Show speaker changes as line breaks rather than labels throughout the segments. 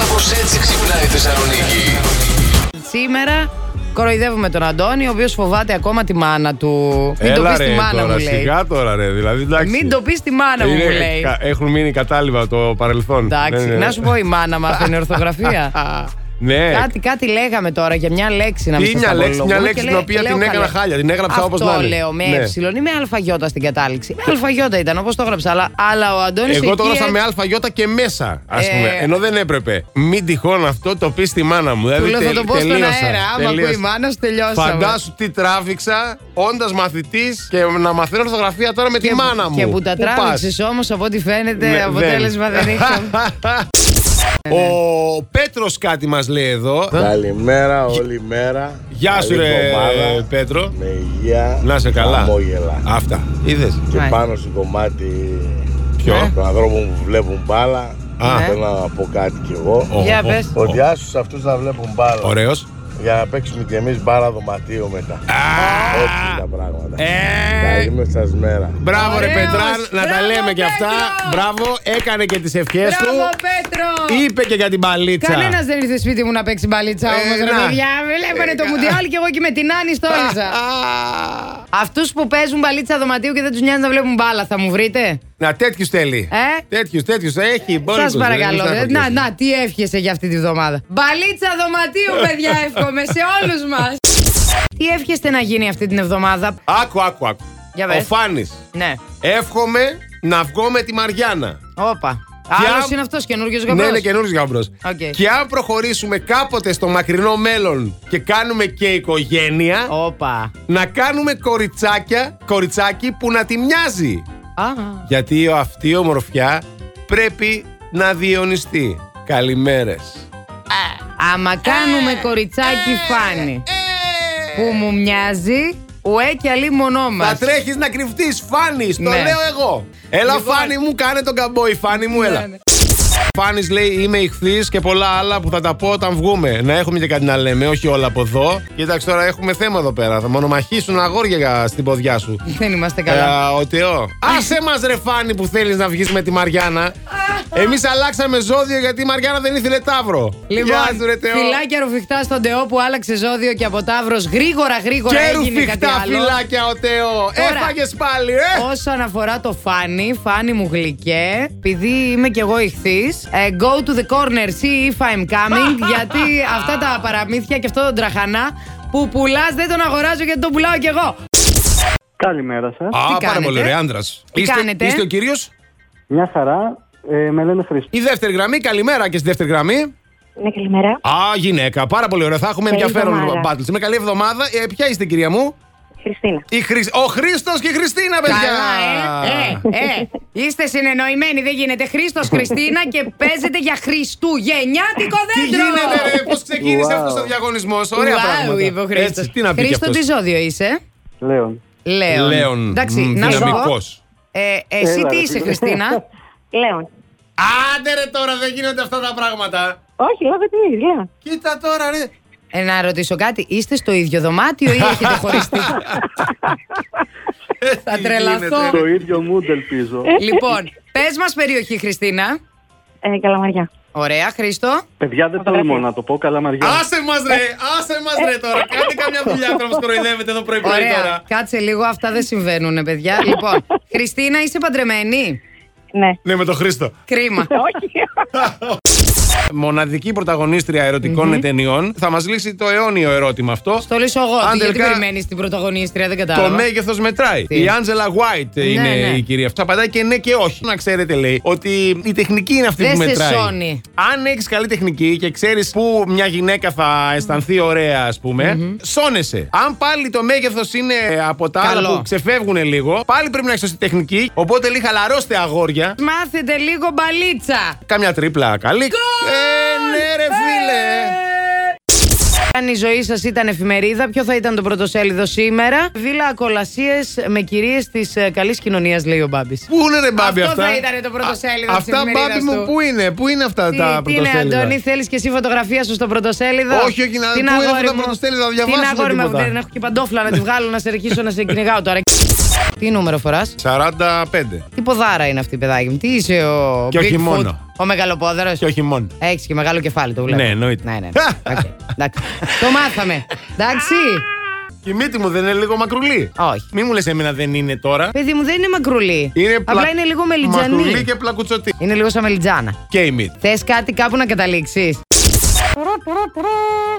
Κάπως έτσι ξυπνάει η Θεσσαλονίκη.
Σήμερα κοροϊδεύουμε τον Αντώνη, ο οποίος φοβάται ακόμα τη μάνα του. Μην το
Έλα
πεις
ρε
τη μάνα
τώρα,
μου, λέει.
σιγά τώρα ρε, δηλαδή εντάξει.
Μην το πεις τη μάνα μου, μου
Είναι-
λέει.
κα- Έχουν μείνει κατάλοιπα το παρελθόν.
Εντάξει,
Ναι, ναι.
να σου πω η μάνα μας την ορθογραφία.
Ναι,
Κάτι, κάτι λέγαμε τώρα για μια λέξη να μην
τι
σας
μια λέξη,
απολογώ.
μια
Και
λέξη
λέ-
την οποία
λέω
την έκανα
καλά.
χάλια, την έγραψα
Αυτό
όπως να είναι.
λέω με
Ναι. Ε.
έψιλον ή με αλφαγιώτα στην κατάληξη. Με αλφαγιώτα ήταν όπως το έγραψα, αλλά, αλλά ο ε, Αντώνης.
Εγώ το έγραψα με αλφαγιώτα και μέσα, ας
Ε,
πούμε. Ενώ δεν έπρεπε. Μην τυχόν αυτό το πεις στη μάνα μου.
Του
Δηλαδή,
λέω θα
τε-
το πω στον
τελείωσα,
αέρα. Άμα ακούει
τελείωσα.
η μάνα, σου, τελειώσαμε.
Φαντάσου τι τράβηξα όντας μαθητής και να μαθαίνω ορθογραφία τώρα με τη μάνα μου.
Και που τα
πας?
τράβηξες όμως από ό,τι φαίνεται
Ναι,
αποτέλεσμα δεν Ναι, είχαμε.
Ο Πέτρος κάτι μας λέει εδώ.
Καλημέρα, όλη μέρα.
Γεια σου,
Καλή
ρε
εβδομάδα.
Πέτρο.
Με υγεία.
Να σε καλά.
Χαμόγελα.
Αυτά. Είδες.
Και
Μάλιστα.
πάνω στο κομμάτι
Ποιο?
των ανθρώπων που βλέπουν μπάλα.
Α.
Θέλω να πω κάτι κι εγώ.
Για πες.
Ότι άσους σε αυτούς να βλέπουν μπάλα.
Ωραίος.
Για να παίξουμε κι εμείς μπάλα δωματίου μετά. Έτσι τα πράγματα.
Ε.
Καλή με σας μέρα.
Μπράβο, ρε
Ωραίος.
Πετράν, να τα
Μπράβο,
λέμε κι αυτά.
Πέτρο.
Μπράβο, έκανε και τις ευχές
Μπράβο,
του.
Πέτρο!
Είπε και για την παλίτσα.
Κανένας δεν ήρθε σπίτι μου να παίξει μπαλίτσα
Ε,
όμω, ρε
να. Ε,
παιδιά. Βλέπανε το μουντιάλ και εγώ και με την Άννη στόλισα. Αυτούς που παίζουν μπαλίτσα δωματίου και δεν τους νοιάζει να βλέπουν μπάλα, θα μου βρείτε.
Να τέτοιους θέλει.
Ε?
Τέτοιους, τέτοιους. Έχει μπόλικους,
Σα
δεν
παρακαλώ.
είναι
ε.
στάχος.
Να, να, τι εύχεσαι για αυτή τη βδομάδα. Μπαλίτσα δωματίου, παιδιά, εύχομαι σε όλους μας. Τι εύχεστε να γίνει αυτή την εβδομάδα.
Άκου, άκου, άκου.
Για
Ο
πες.
Φάνης.
Ναι,
Εύχομαι να βγω με τη Μαριάννα.
όπα.
Και
Άλλος
αν-
είναι αυτός καινούριο
Ναι,
γαμπρό.
είναι καινούριος γαμπρός.
Οκ.
Και αν προχωρήσουμε κάποτε στο μακρινό μέλλον και κάνουμε και οικογένεια,
Όπα.
να κάνουμε κοριτσάκια, κοριτσάκι που να τη μοιάζει.
Α,
Γιατί αυτή η ομορφιά πρέπει να διονυστεί. Καλημέρες.
Άμα κάνουμε
Ε,
κοριτσάκι φάνη που μου μοιάζει, ουέ και αλή μονό μας.
Θα τρέχεις να κρυφτείς, Φάνη, το
Ναι.
λέω εγώ. Έλα,
Λοιπόν.
Φάνη μου, κάνε τον καμπόι, Φάνη μου, έλα.
Ναι, ναι.
Φάνη λέει: Είμαι ηχθής και πολλά άλλα που θα τα πω όταν βγούμε. Να έχουμε και κάτι να λέμε, όχι όλα από εδώ. Κοίταξε τώρα, έχουμε θέμα εδώ πέρα. Θα μονομαχήσουν αγόρια στην ποδιά σου.
Δεν είμαστε καλά.
Ε, ο Τεό. Άσε μας, ρε Φάνη, που θέλεις να βγεις με τη Μαριάννα. Εμείς αλλάξαμε ζώδιο γιατί η Μαριάννα δεν ήθελε τάβρο.
Λοιπόν,
Γεια σου, ρε Τεό.
φυλάκια ρουφιχτά στον Τεό που άλλαξε ζώδιο και από Ταύρος γρήγορα γρήγορα
Και
έγινε κάτι
ρουφιχτά
άλλο.
φυλάκια ο Τεό. Έφαγες πάλι, ε!
Όσον αφορά το φάνη, φάνη μου γλυκέ, επειδή είμαι κι εγώ ηχθής, ε, go to the corner, see if I'm coming, γιατί αυτά τα παραμύθια και αυτό τον τραχανά που πουλάς δεν τον αγοράζω γιατί τον πουλάω κι εγώ.
Καλημέρα σας.
Α,
κάνετε?
πάρα πολύ ωραία, άντρας.
Τι κάνετε?
Είστε ο κύριος.
Μια χαρά. Ε, με λένε Χρήστο.
Η δεύτερη γραμμή, καλημέρα και στη δεύτερη γραμμή.
Ναι, καλημέρα.
Α, γυναίκα, πάρα πολύ ωραία. Θα έχουμε
Καλή
ενδιαφέρον
εβδομάδα.
battle. Σήμερα καλή εβδομάδα. Ε, ποια είστε, κυρία μου,
Χριστίνα.
η Χρυσ- Ο Χρήστος και η Χριστίνα, παιδιά.
Καλά, ε, ε, ε. Είστε συνεννοημένοι, δεν γίνεται. Χρήστος Χριστίνα και παίζετε για Χριστούγεννιάτικο
Τι
δέντρο.
γίνεται, ρε, πώς ξεκίνησε
Wow.
αυτός ο διαγωνισμός. Ωραία
Wow,
πράγματα.
είπε ο Χρήστος.
Έτσι, τι να πει κι
Χρήστο,
αυτός.
τι ζώδιο είσαι.
Λέων.
Λέων.
Λέων.
Εντάξει,
Μ,
να σου πω.
δυναμικός.
Ε, εσύ
Έλα,
τι
ρε,
είσαι,
φίλε.
Χριστίνα.
Λέων.
Άντε ρε τώρα, δεν γίνονται αυτά τα πράγματα.
Όχι, λόγω τιμή, Λέων.
Κοίτα τώρα, ρε.
Ε, να ρωτήσω κάτι, είστε στο ίδιο δωμάτιο ή έχετε χωριστεί. Θα
Ε, Τι
τρελαθώ.
γίνεται, ρε.
Το ίδιο mood ελπίζω.
λοιπόν, πες μας περιοχή, Χριστίνα.
Ε, καλαμαριά.
Ωραία, Χρήστο.
Παιδιά δεν τολμώ να το πω. Καλά μαριά.
Άσε μας, ρε! Άσε μας, ρε τώρα! Κάντε καμιά δουλειά τώρα, μας κοροϊδεύετε εδώ πρωί-πρωί
Ωραία.
τώρα.
Κάτσε λίγο, αυτά δεν συμβαίνουν, παιδιά. λοιπόν, Χριστίνα, είσαι παντρεμένη.
Ναι.
Ναι, με τον Χρήστο.
Κρίμα.
Όχι.
Μοναδική πρωταγωνίστρια ερωτικών ταινιών θα μας λύσει το αιώνιο ερώτημα αυτό.
Στο λύσω εγώ.
Αν
Γιατί
τελικά-
περιμένει την πρωταγωνίστρια, δεν
Το
κατάλαβα.
μέγεθος μετράει.
Τι?
Η Άντζελα White είναι
ναι.
η κυρία αυτή. Απαντάει και ναι και όχι. Να ξέρετε, λέει, ότι η τεχνική είναι αυτή
Δεν
που
σε
μετράει.
σώνει.
Αν έχεις καλή τεχνική και ξέρεις πού μια γυναίκα θα αισθανθεί ωραία, ας πουμε σώνεσαι. Αν πάλι το μέγεθος είναι από τα
Καλό.
άλλα που ξεφεύγουν λίγο, πάλι πρέπει να έχεις σωστή τεχνική. Οπότε λίγα χαλαρώστε αγόρια.
Μάθετε λίγο μπαλίτσα.
Κάμια τρίπλα καλή. Ε, ναι, ρε φίλε.
Αν η ζωή σας ήταν εφημερίδα, ποιο θα ήταν το πρωτοσέλιδο σήμερα. Βίλα ακολασίε με κυρίες της καλής κοινωνίας, λέει ο Μπάμπης.
Πού είναι ρε μπάμπι
Αυτό
αυτά.
θα ήτανε το πρωτοσέλιδο
Α-
της
Αυτά
εφημερίδας
μπάμπι μου
του.
πού είναι, πού είναι αυτά
Τι,
τα
τι είναι,
πρωτοσέλιδα.
Αντώνη, θέλεις και εσύ φωτογραφία σου στο πρωτοσέλιδο.
Όχι, όχι,
Την
να- πού είναι
αγόρι
αυτά τα
μου.
πρωτοσέλιδα,
Την
διαβάζουμε
αγόρι μου,
τίποτα.
δεν έχω και παντόφλα να τη βγάλω, να σε ρεχίσω, να σε κυνηγάω τώρα. Τι νούμερο φοράς.
45.
Τι ποδάρα είναι αυτή, παιδάκι μου. Τι είσαι ο.
Και όχι
Bigfoot,
μόνο.
Ο μεγαλοπόδαρος.
Και Ε, όχι μόνο.
Έχεις και μεγάλο κεφάλι, το βλέπω.
Ναι, εννοείται.
Ναι, ναι. ναι. Οκ. Εντάξει. το μάθαμε. Εντάξει.
Και η μύτη μου δεν είναι λίγο μακρουλή.
Όχι.
Μη μου λες εμένα δεν είναι τώρα.
Παιδί μου δεν είναι μακρουλή.
Είναι
Απλά είναι λίγο μελιτζανή.
Μακρουλή και πλακουτσωτή.
Είναι λίγο σαν μελιτζάνα.
Και η μύτη.
Θες κάτι κάπου να καταλήξεις.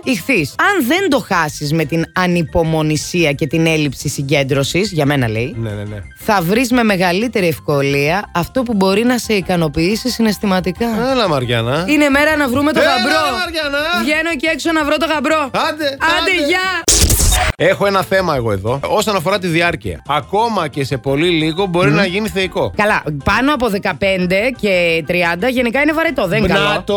Ηχθείς. Αν δεν το χάσεις με την ανυπομονησία και την έλλειψη συγκέντρωσης, για μένα λέει,
Ναι, ναι, ναι.
θα βρεις με μεγαλύτερη ευκολία αυτό που μπορεί να σε ικανοποιήσει συναισθηματικά.
Έλα, Μαριάννα.
Είναι μέρα να βρούμε το
Έλα,
γαμπρό.
Μαριάννα.
Βγαίνω εκεί έξω να βρω το γαμπρό.
Άντε,
Άντε, γεια!
Έχω ένα θέμα εγώ εδώ όσον αφορά τη διάρκεια. Ακόμα και σε πολύ λίγο μπορεί να γίνει θεϊκό.
Καλά, πάνω από 15 και 30 γενικά είναι βαρετό, δεν είναι
Να
καλό.
το.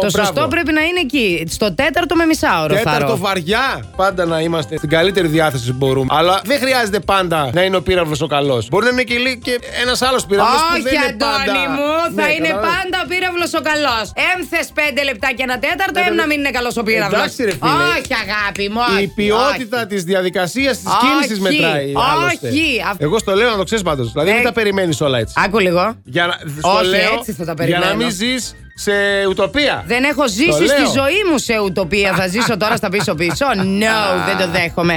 Το
Μπράβο.
σωστό πρέπει να είναι εκεί. Στο τέταρτο με μισάωρο θα
Τέταρτο
ρω.
βαριά. Πάντα να είμαστε στην καλύτερη διάθεση που μπορούμε. Αλλά δεν χρειάζεται πάντα να είναι ο πύραυλος ο καλός. Μπορεί να είναι και, λί- και ένας άλλος πύραυλος που δεν
Όχι,
είναι πάντα.
Αντώνη μου, θα
Ναι,
είναι
κατάλαβες.
πάντα ο πύραυλος ο καλός. Έμθες 5 λεπτά και ένα τέταρτο, έμ να μην είναι καλός ο πύραυλος.
Ναι, Εντάξει, ρε φίλε.
Όχι, αγάπη μου, όχι.
Η ποιότητα τη διαδικασία τη
Όχι.
κίνηση μετράει.
Όχι.
άλλωστε.
Αυτό-
Εγώ στο λέω να το ξέρεις πάντως. Δηλαδή
Ε,
μην τα περιμένεις όλα έτσι.
όχι. Άκου λίγο.
Για να, στο
όχι,
λέω,
έτσι θα τα
Για να
περιμένω.
μην ζεις σε ουτοπία.
Δεν έχω ζήσει
Το
στη
λέω.
ζωή μου σε ουτοπία. Θα ζήσω τώρα στα πίσω-πίσω. No, δεν το δέχομαι.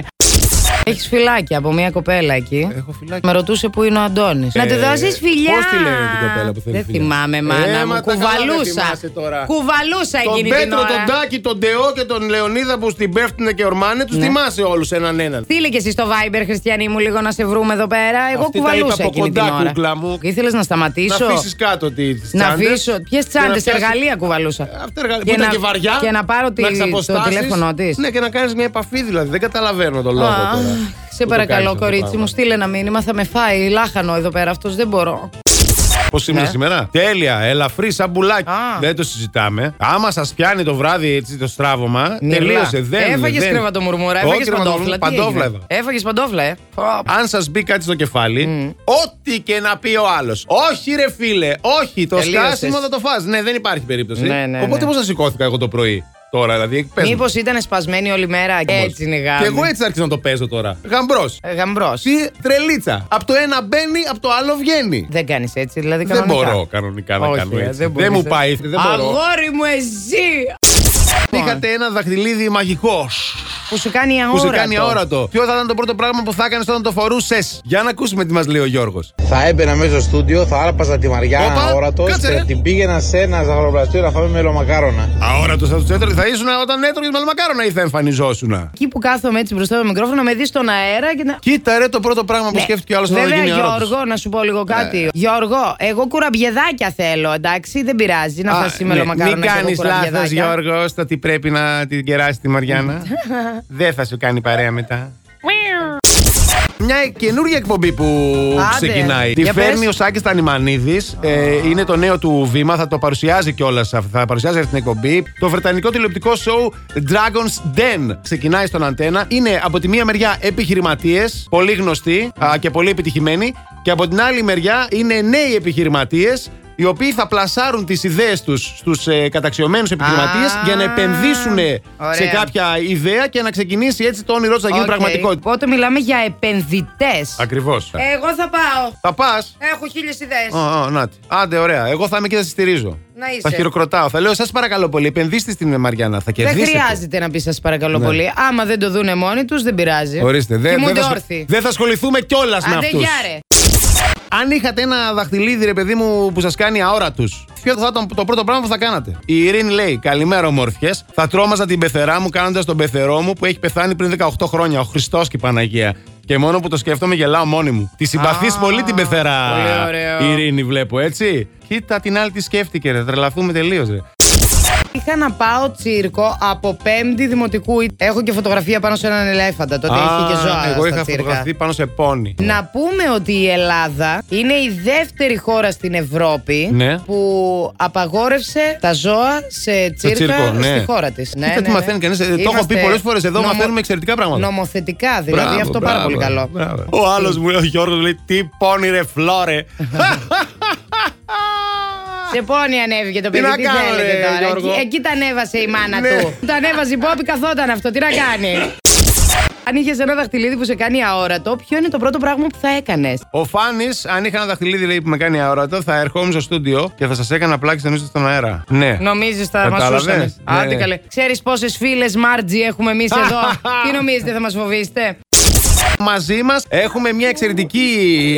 Έχεις φυλάκια από μια κοπέλα εκεί.
Έχω φυλάκια.
Με ρωτούσε που είναι ο Αντώνης.
Ε,
να τη δώσει φιλιά.
πώς τη λένε την κοπέλα που θέλει
Δεν
φιλιά?
θυμάμαι, μάνα
Ε,
μου.
μα τα καλά δεν
Κουβαλούσα.
θυμάσαι τώρα.
Κουβαλούσα
Τον
εκείνη την
Πέτρο,
ώρα.
τον Τάκη, τον Ντεό και τον Λεωνίδα που στην πέφτουνε και ορμάνε,
Ναι.
του θυμάσαι όλους έναν έναν.
Στείλε και εσύ στο Viber, Χριστιανή μου, λίγο να σε βρούμε εδώ πέρα. Εγώ
Αυτή τα
κουβαλούσα
είπα από
εκείνη
κοντά,
την ώρα.
κούκλα μου.
Ήθελες να σταματήσω.
Να αφήσεις κάτω τη τις
Να
τσάντες
αφήσω. Ποιες
και να
τσάντες,
πιάσεις- Ε,
εργαλεία κουβαλούσα.
Αυτά εργαλεία. Που ήταν και βαριά.
Και να πάρω τη,
να
το
ξαποστάσεις.
τηλέφωνο της.
Ναι, και να κάνεις μια επαφή δηλαδή. Δεν καταλαβαίνω τον λόγο
Αχ,
τώρα.
Σε
Που το κάνεις
παρακαλώ,
αυτό το
κορίτσι
πράγμα.
μου, στείλε ένα μήνυμα. Θα με φάει λάχανο εδώ πέρα. Αυτός δεν μπορώ.
Πώς ήμουν σήμερα. Τέλεια, ελαφρύ σαν μπουλάκι.
Ναι. Α.
Δεν το συζητάμε. Άμα σας πιάνει το βράδυ έτσι το στράβωμα,
Μυρλά.
τελείωσε. Δεν,
Έφαγες
δεν.
κρεβατομουρμούρα,
Όχι,
έφαγες παντόφλα.
κρεβατομουρμούρα, Παντόφλα εδώ.
Έφαγες παντόφλα, ε. Ωπ.
Αν σας μπει κάτι στο κεφάλι, ό,τι και να πει ο άλλος. Όχι, ρε φίλε, όχι. Το
Τελείωσες.
σκάσιμο θα το φας Ναι, δεν υπάρχει περίπτωση.
Ναι, ναι,
Οπότε
ναι.
πώς να σηκώθηκα εγώ το πρωί τώρα, δηλαδή. πες μου.
Μήπως ήταν σπασμένη όλη μέρα. Έτσι Ε, είναι γάμο.
Και εγώ έτσι άρχισα να το παίζω τώρα. Γαμπρός.
Γαμπρός.
Τι τρελίτσα. Από το ένα μπαίνει, από το άλλο βγαίνει.
Δεν κάνεις έτσι, δηλαδή
Δεν
κανονικά.
μπορώ κανονικά να
Όχι,
κάνω
ε,
έτσι.
δεν
Δεν,
μπορείς,
μου
ε.
πάει. Δεν μπορώ.
Αγόρι ε. μου, εσύ!
Είχατε ένα δαχτυλίδι μαγικό.
Που σου κάνει αόρατο.
Που σε κάνει αόρατο. Ποιο θα ήταν το πρώτο πράγμα που θα έκανες όταν το φορούσες. Για να ακούσουμε τι μας λέει ο Γιώργος.
Θα έμπαινα μέσα στο στούντιο, θα άρπαζα τη Μαριάννα
Όπα,
αόρατος
κάτσε,
και
ρε.
ε, την πήγαινα σε ένα ζαχαροπλαστείο να φάμε μελομακάρονα.
Αόρατος θα του έτρωγε. Θα ήσουν όταν έτρωγες μελομακάρονα ή θα εμφανιζόσουν.
Εκεί που κάθομαι έτσι μπροστά από το μικρόφωνο, με δεις στον αέρα και να.
Κοίτα ρε το πρώτο πράγμα που σκέφτηκε ο Ναι. άλλο όταν
Ναι. Βέβαια,
γίνει αόρατος.
Γιώργο, να σου πω λίγο κάτι. Γιώργο, εγώ κουραμπιεδάκια θέλω, εντάξει, δεν πειράζει να φάσει μελομακάρονα.
ναι. Μην
και εγώ
κάνεις λάθος,
κουραμπιεδάκια.
Γιώργο, στο τι πρέπει να την κεράσει τη Μαριάννα. Δεν θα σου κάνει παρέα μετά. Μια καινούργια εκπομπή που
Άντε.
ξεκινάει. Τη
Για πες.
φέρνει ο Σάκης Τανιμανίδης. Ε, είναι το νέο του βήμα. Θα το παρουσιάζει κιόλας. Θα παρουσιάζει αυτή την εκπομπή. Το βρετανικό τηλεοπτικό show Dragons Den ξεκινάει στον αντένα. Είναι από τη μία μεριά επιχειρηματίες, πολύ γνωστοί α, και πολύ επιτυχημένοι. Και από την άλλη μεριά είναι νέοι επιχειρηματίες οι οποίοι θα πλασάρουν τις ιδέες τους στους ε, καταξιωμένους επιχειρηματίες
Α,
για να επενδύσουν σε
ωραία.
κάποια ιδέα και να ξεκινήσει έτσι το όνειρό τους να γίνει
Οκ.
πραγματικότητα.
Οπότε μιλάμε για επενδυτές.
Ακριβώς.
Εγώ θα πάω.
Θα πας
Έχω χίλιες ιδέες.
Ω, ω, να τη. Άντε, ωραία. Εγώ θα είμαι και θα τη στηρίζω.
Να είσαι.
Θα χειροκροτάω. Θα λέω, σας παρακαλώ πολύ, επενδύστε στην Μαριάννα. Θα
Δεν
κερδίσετε.
χρειάζεται να πεις σας παρακαλώ
Ναι.
πολύ. Άμα δεν το δούνε μόνοι τους, δεν πειράζει.
Ορίστε. Δεν
Κοιμούνται
δεν θα,
όρθιοι.
δεν θα ασχοληθούμε κιόλας με
Άντε,
αυτούς.
γεια, ρε.
Αν είχατε ένα δαχτυλίδι, ρε παιδί μου, που σας κάνει αόρατους, ποιο θα ήταν το πρώτο πράγμα που θα κάνατε. Η Ειρήνη λέει: Καλημέρα, ομορφιέ. Θα τρόμαζα την πεθερά μου κάνοντας τον πεθερό μου που έχει πεθάνει πριν 18 χρόνια. Ο Χριστός και η Παναγία. Και μόνο που το σκέφτομαι γελάω μόνη μου. Τη συμπαθείς
Α,
πολύ την πεθερά.
πολύ ωραίο.
Η Ειρήνη, βλέπω, έτσι. Κοίτα την άλλη τη σκέφτηκε, ρε. Τρελαθούμε τελείως, ρε.
Είχα να πάω τσίρκο από πέμπτη δημοτικού. Έχω και φωτογραφία πάνω σε έναν ελέφαντα. Τότε
Α,
είχε και ζώα.
Εγώ
στα
είχα
τσίρκα.
φωτογραφηθεί πάνω σε πόνι.
Να πούμε ότι η Ελλάδα είναι η δεύτερη χώρα στην Ευρώπη
Ναι.
που απαγόρευσε τα ζώα σε τσίρκα
τσίρκο, ναι.
στη χώρα της. Ναι,
Κοίτα τι μαθαίνει κανείς. Ε, το έχω πει πολλές φορές εδώ, μαθαίνουμε εξαιρετικά πράγματα.
Νομοθετικά δηλαδή,
Μπράβο,
αυτό πάρα
μπράβου,
πολύ καλό.
μπράβο. Ο άλλος μου λέει, ο Γιώργος λέει, τι πόνι ρε φλόρε.
Σε πόνι ανέβηκε το παιδί,
να
τι,
κάνω,
θέλετε
ρε,
τώρα.
Γιώργο.
Εκεί, εκεί τα ανέβασε η μάνα
Ναι.
του. Τα ανέβαζε η Πόπη, καθόταν αυτό, τι να κάνει. Αν είχες ένα δαχτυλίδι που σε κάνει αόρατο, ποιο είναι το πρώτο πράγμα που θα έκανες.
Ο Φάνης, αν είχα ένα δαχτυλίδι λέει, που με κάνει αόρατο, θα ερχόμουν στο στούντιο και θα σας έκανα πλάκι στον ύστο στον αέρα. Ναι.
Νομίζεις θα μας
Κατάλαβες?
σούσανε.
Ναι,
Άντε
ναι.
καλέ. Ξέρεις πόσες φίλες Μάρτζι έχουμε εμείς εδώ. Τι νομίζετε, θα μας φοβήσετε.
Μαζί μας έχουμε μια εξαιρετική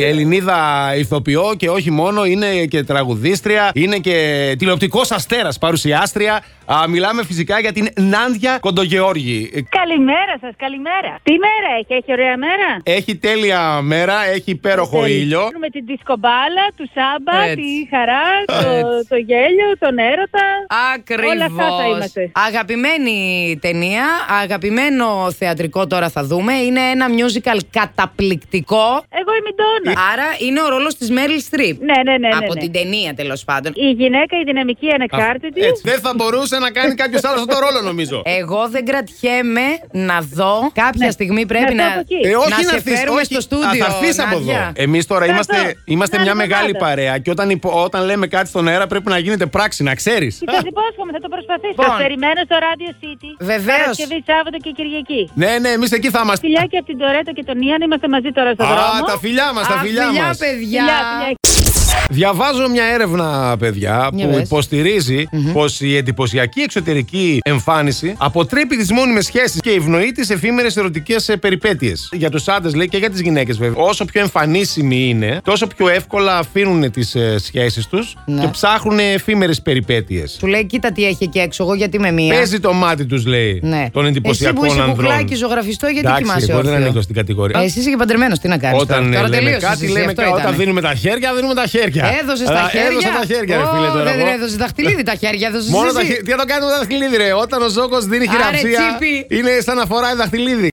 Ελληνίδα ηθοποιό και όχι μόνο, είναι και τραγουδίστρια, είναι και τηλεοπτικός αστέρας παρουσιάστρια. Α, μιλάμε φυσικά για την Νάντια Κοντογεώργη. Ε,
Καλημέρα σας, καλημέρα. Τι μέρα έχει, έχει ωραία μέρα.
Έχει τέλεια μέρα, έχει υπέροχο ήλιο.
Με την δισκομπάλα, του σάμπα,
Έτσι.
τη χαρά, το,
Έτσι.
το γέλιο, τον έρωτα. Όλα
Ακριβώ.
αυτά θα είμαστε.
Αγαπημένη ταινία, αγαπημένο θεατρικό τώρα θα δούμε. Είναι ένα musical καταπληκτικό.
Εγώ είμαι η Ντόνα.
Άρα είναι ο ρόλος της Μέριλ Στριπ.
Ναι, ναι, ναι. ναι,
Από
ναι. Ε,
την ταινία τέλος πάντων.
Η γυναίκα, η δυναμική, η ανεξάρτητη.
Έτσι. Δεν θα μπορούσε να κάνει κάποιος άλλος αυτό το ρόλο,
Ε,
νομίζω.
Εγώ δεν κρατιέμαι να δω. Κάποια στιγμή πρέπει
Ναι. Να
να.
έρθω από εκεί.
Ε, όχι
να,
να,
σε
έρθεις,
φέρουμε
όχι.
στο στούντιο.
Α, θα έρθεις από εδώ. Ε,
Νάντια.
Εμείς τώρα
Θα
είμαστε,
έρθω.
είμαστε
Να
μια
είναι
μεγάλη
εβδομάδα.
παρέα και όταν, υπο- όταν λέμε κάτι στον αέρα πρέπει να γίνεται πράξη, να ξέρεις.
Τι σα υπόσχομαι, θα το προσπαθήσω.
Λοιπόν.
Σας περιμένω στο Radio City.
Βεβαίως.
Παρασκευή, Σάββατο και Κυριακή.
Ναι, ναι, εμείς εκεί θα είμαστε.
Φιλιά και από την Τωρέτα και τον Ιαν, είμαστε μαζί τώρα στον
Α,
δρόμο.
τα φιλιά μας, τα
Α,
φιλιά μας.
παιδιά.
Φιλιά, φιλιά.
Διαβάζω μια έρευνα, παιδιά,
Για
που
πες.
υποστηριζει πως πως η εντυπωσιακή εξωτερική εμφάνιση αποτρέπει τις μόνιμες σχέσεις και ευνοεί τις εφήμερες ερωτικές περιπέτειε. ε, Για τους άντρες, λέει και για τις γυναίκες, βέβαια. Όσο πιο εμφανίσιμοι είναι, τόσο πιο εύκολα αφήνουν τις σχέσεις τους
Ναι.
και ψάχνουν εφήμερες περιπέτειες.
Σου λέει, κοίτα τι έχει εκεί έξω. Εγώ γιατί είμαι μία.
Παίζει το μάτι τους, λέει.
Ναι.
Των εντυπωσιακών
Εσύ που είσαι
ανδρών.
κουκλάκι ζωγραφιστό, γιατί
Εντάξει,
κοιμάσαι
εγώ δεν
όρθιο?
ανήκω στην κατηγορία.
Ε, Εσύ είσαι και παντρεμένος, τι να κάνεις.
Όταν
τώρα,
ε,
τώρα
λέμε
τελείωσες
κάτι,
εσύ,
λέμε
αυτό
κα-
ήταν.
όταν δίνουμε τα χέρια, δίνουμε τα χέρια.
Έδωσε τα
Αλλά
χέρια.
Έδωσα τα χέρια, ρε
Ω,
φίλε. Τώρα
δεν
εγώ.
έδωσε δαχτυλίδι τα χέρια, έδωσε.
Μόνο τα χέρια. Τι θα το κάνουμε με τα δαχτυλίδι, ρε. Όταν ο Ζόκο δίνει
Άρε,
χειραψία,
τσίπη.
είναι σαν να φοράει δαχτυλίδι.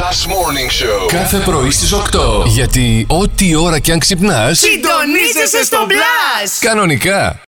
Last Morning Show.
Κάθε πρωί στις 8. Γιατί ό,τι ώρα κι αν ξυπνάς,
Συντονίζεσαι στο μπλα!
κανονικά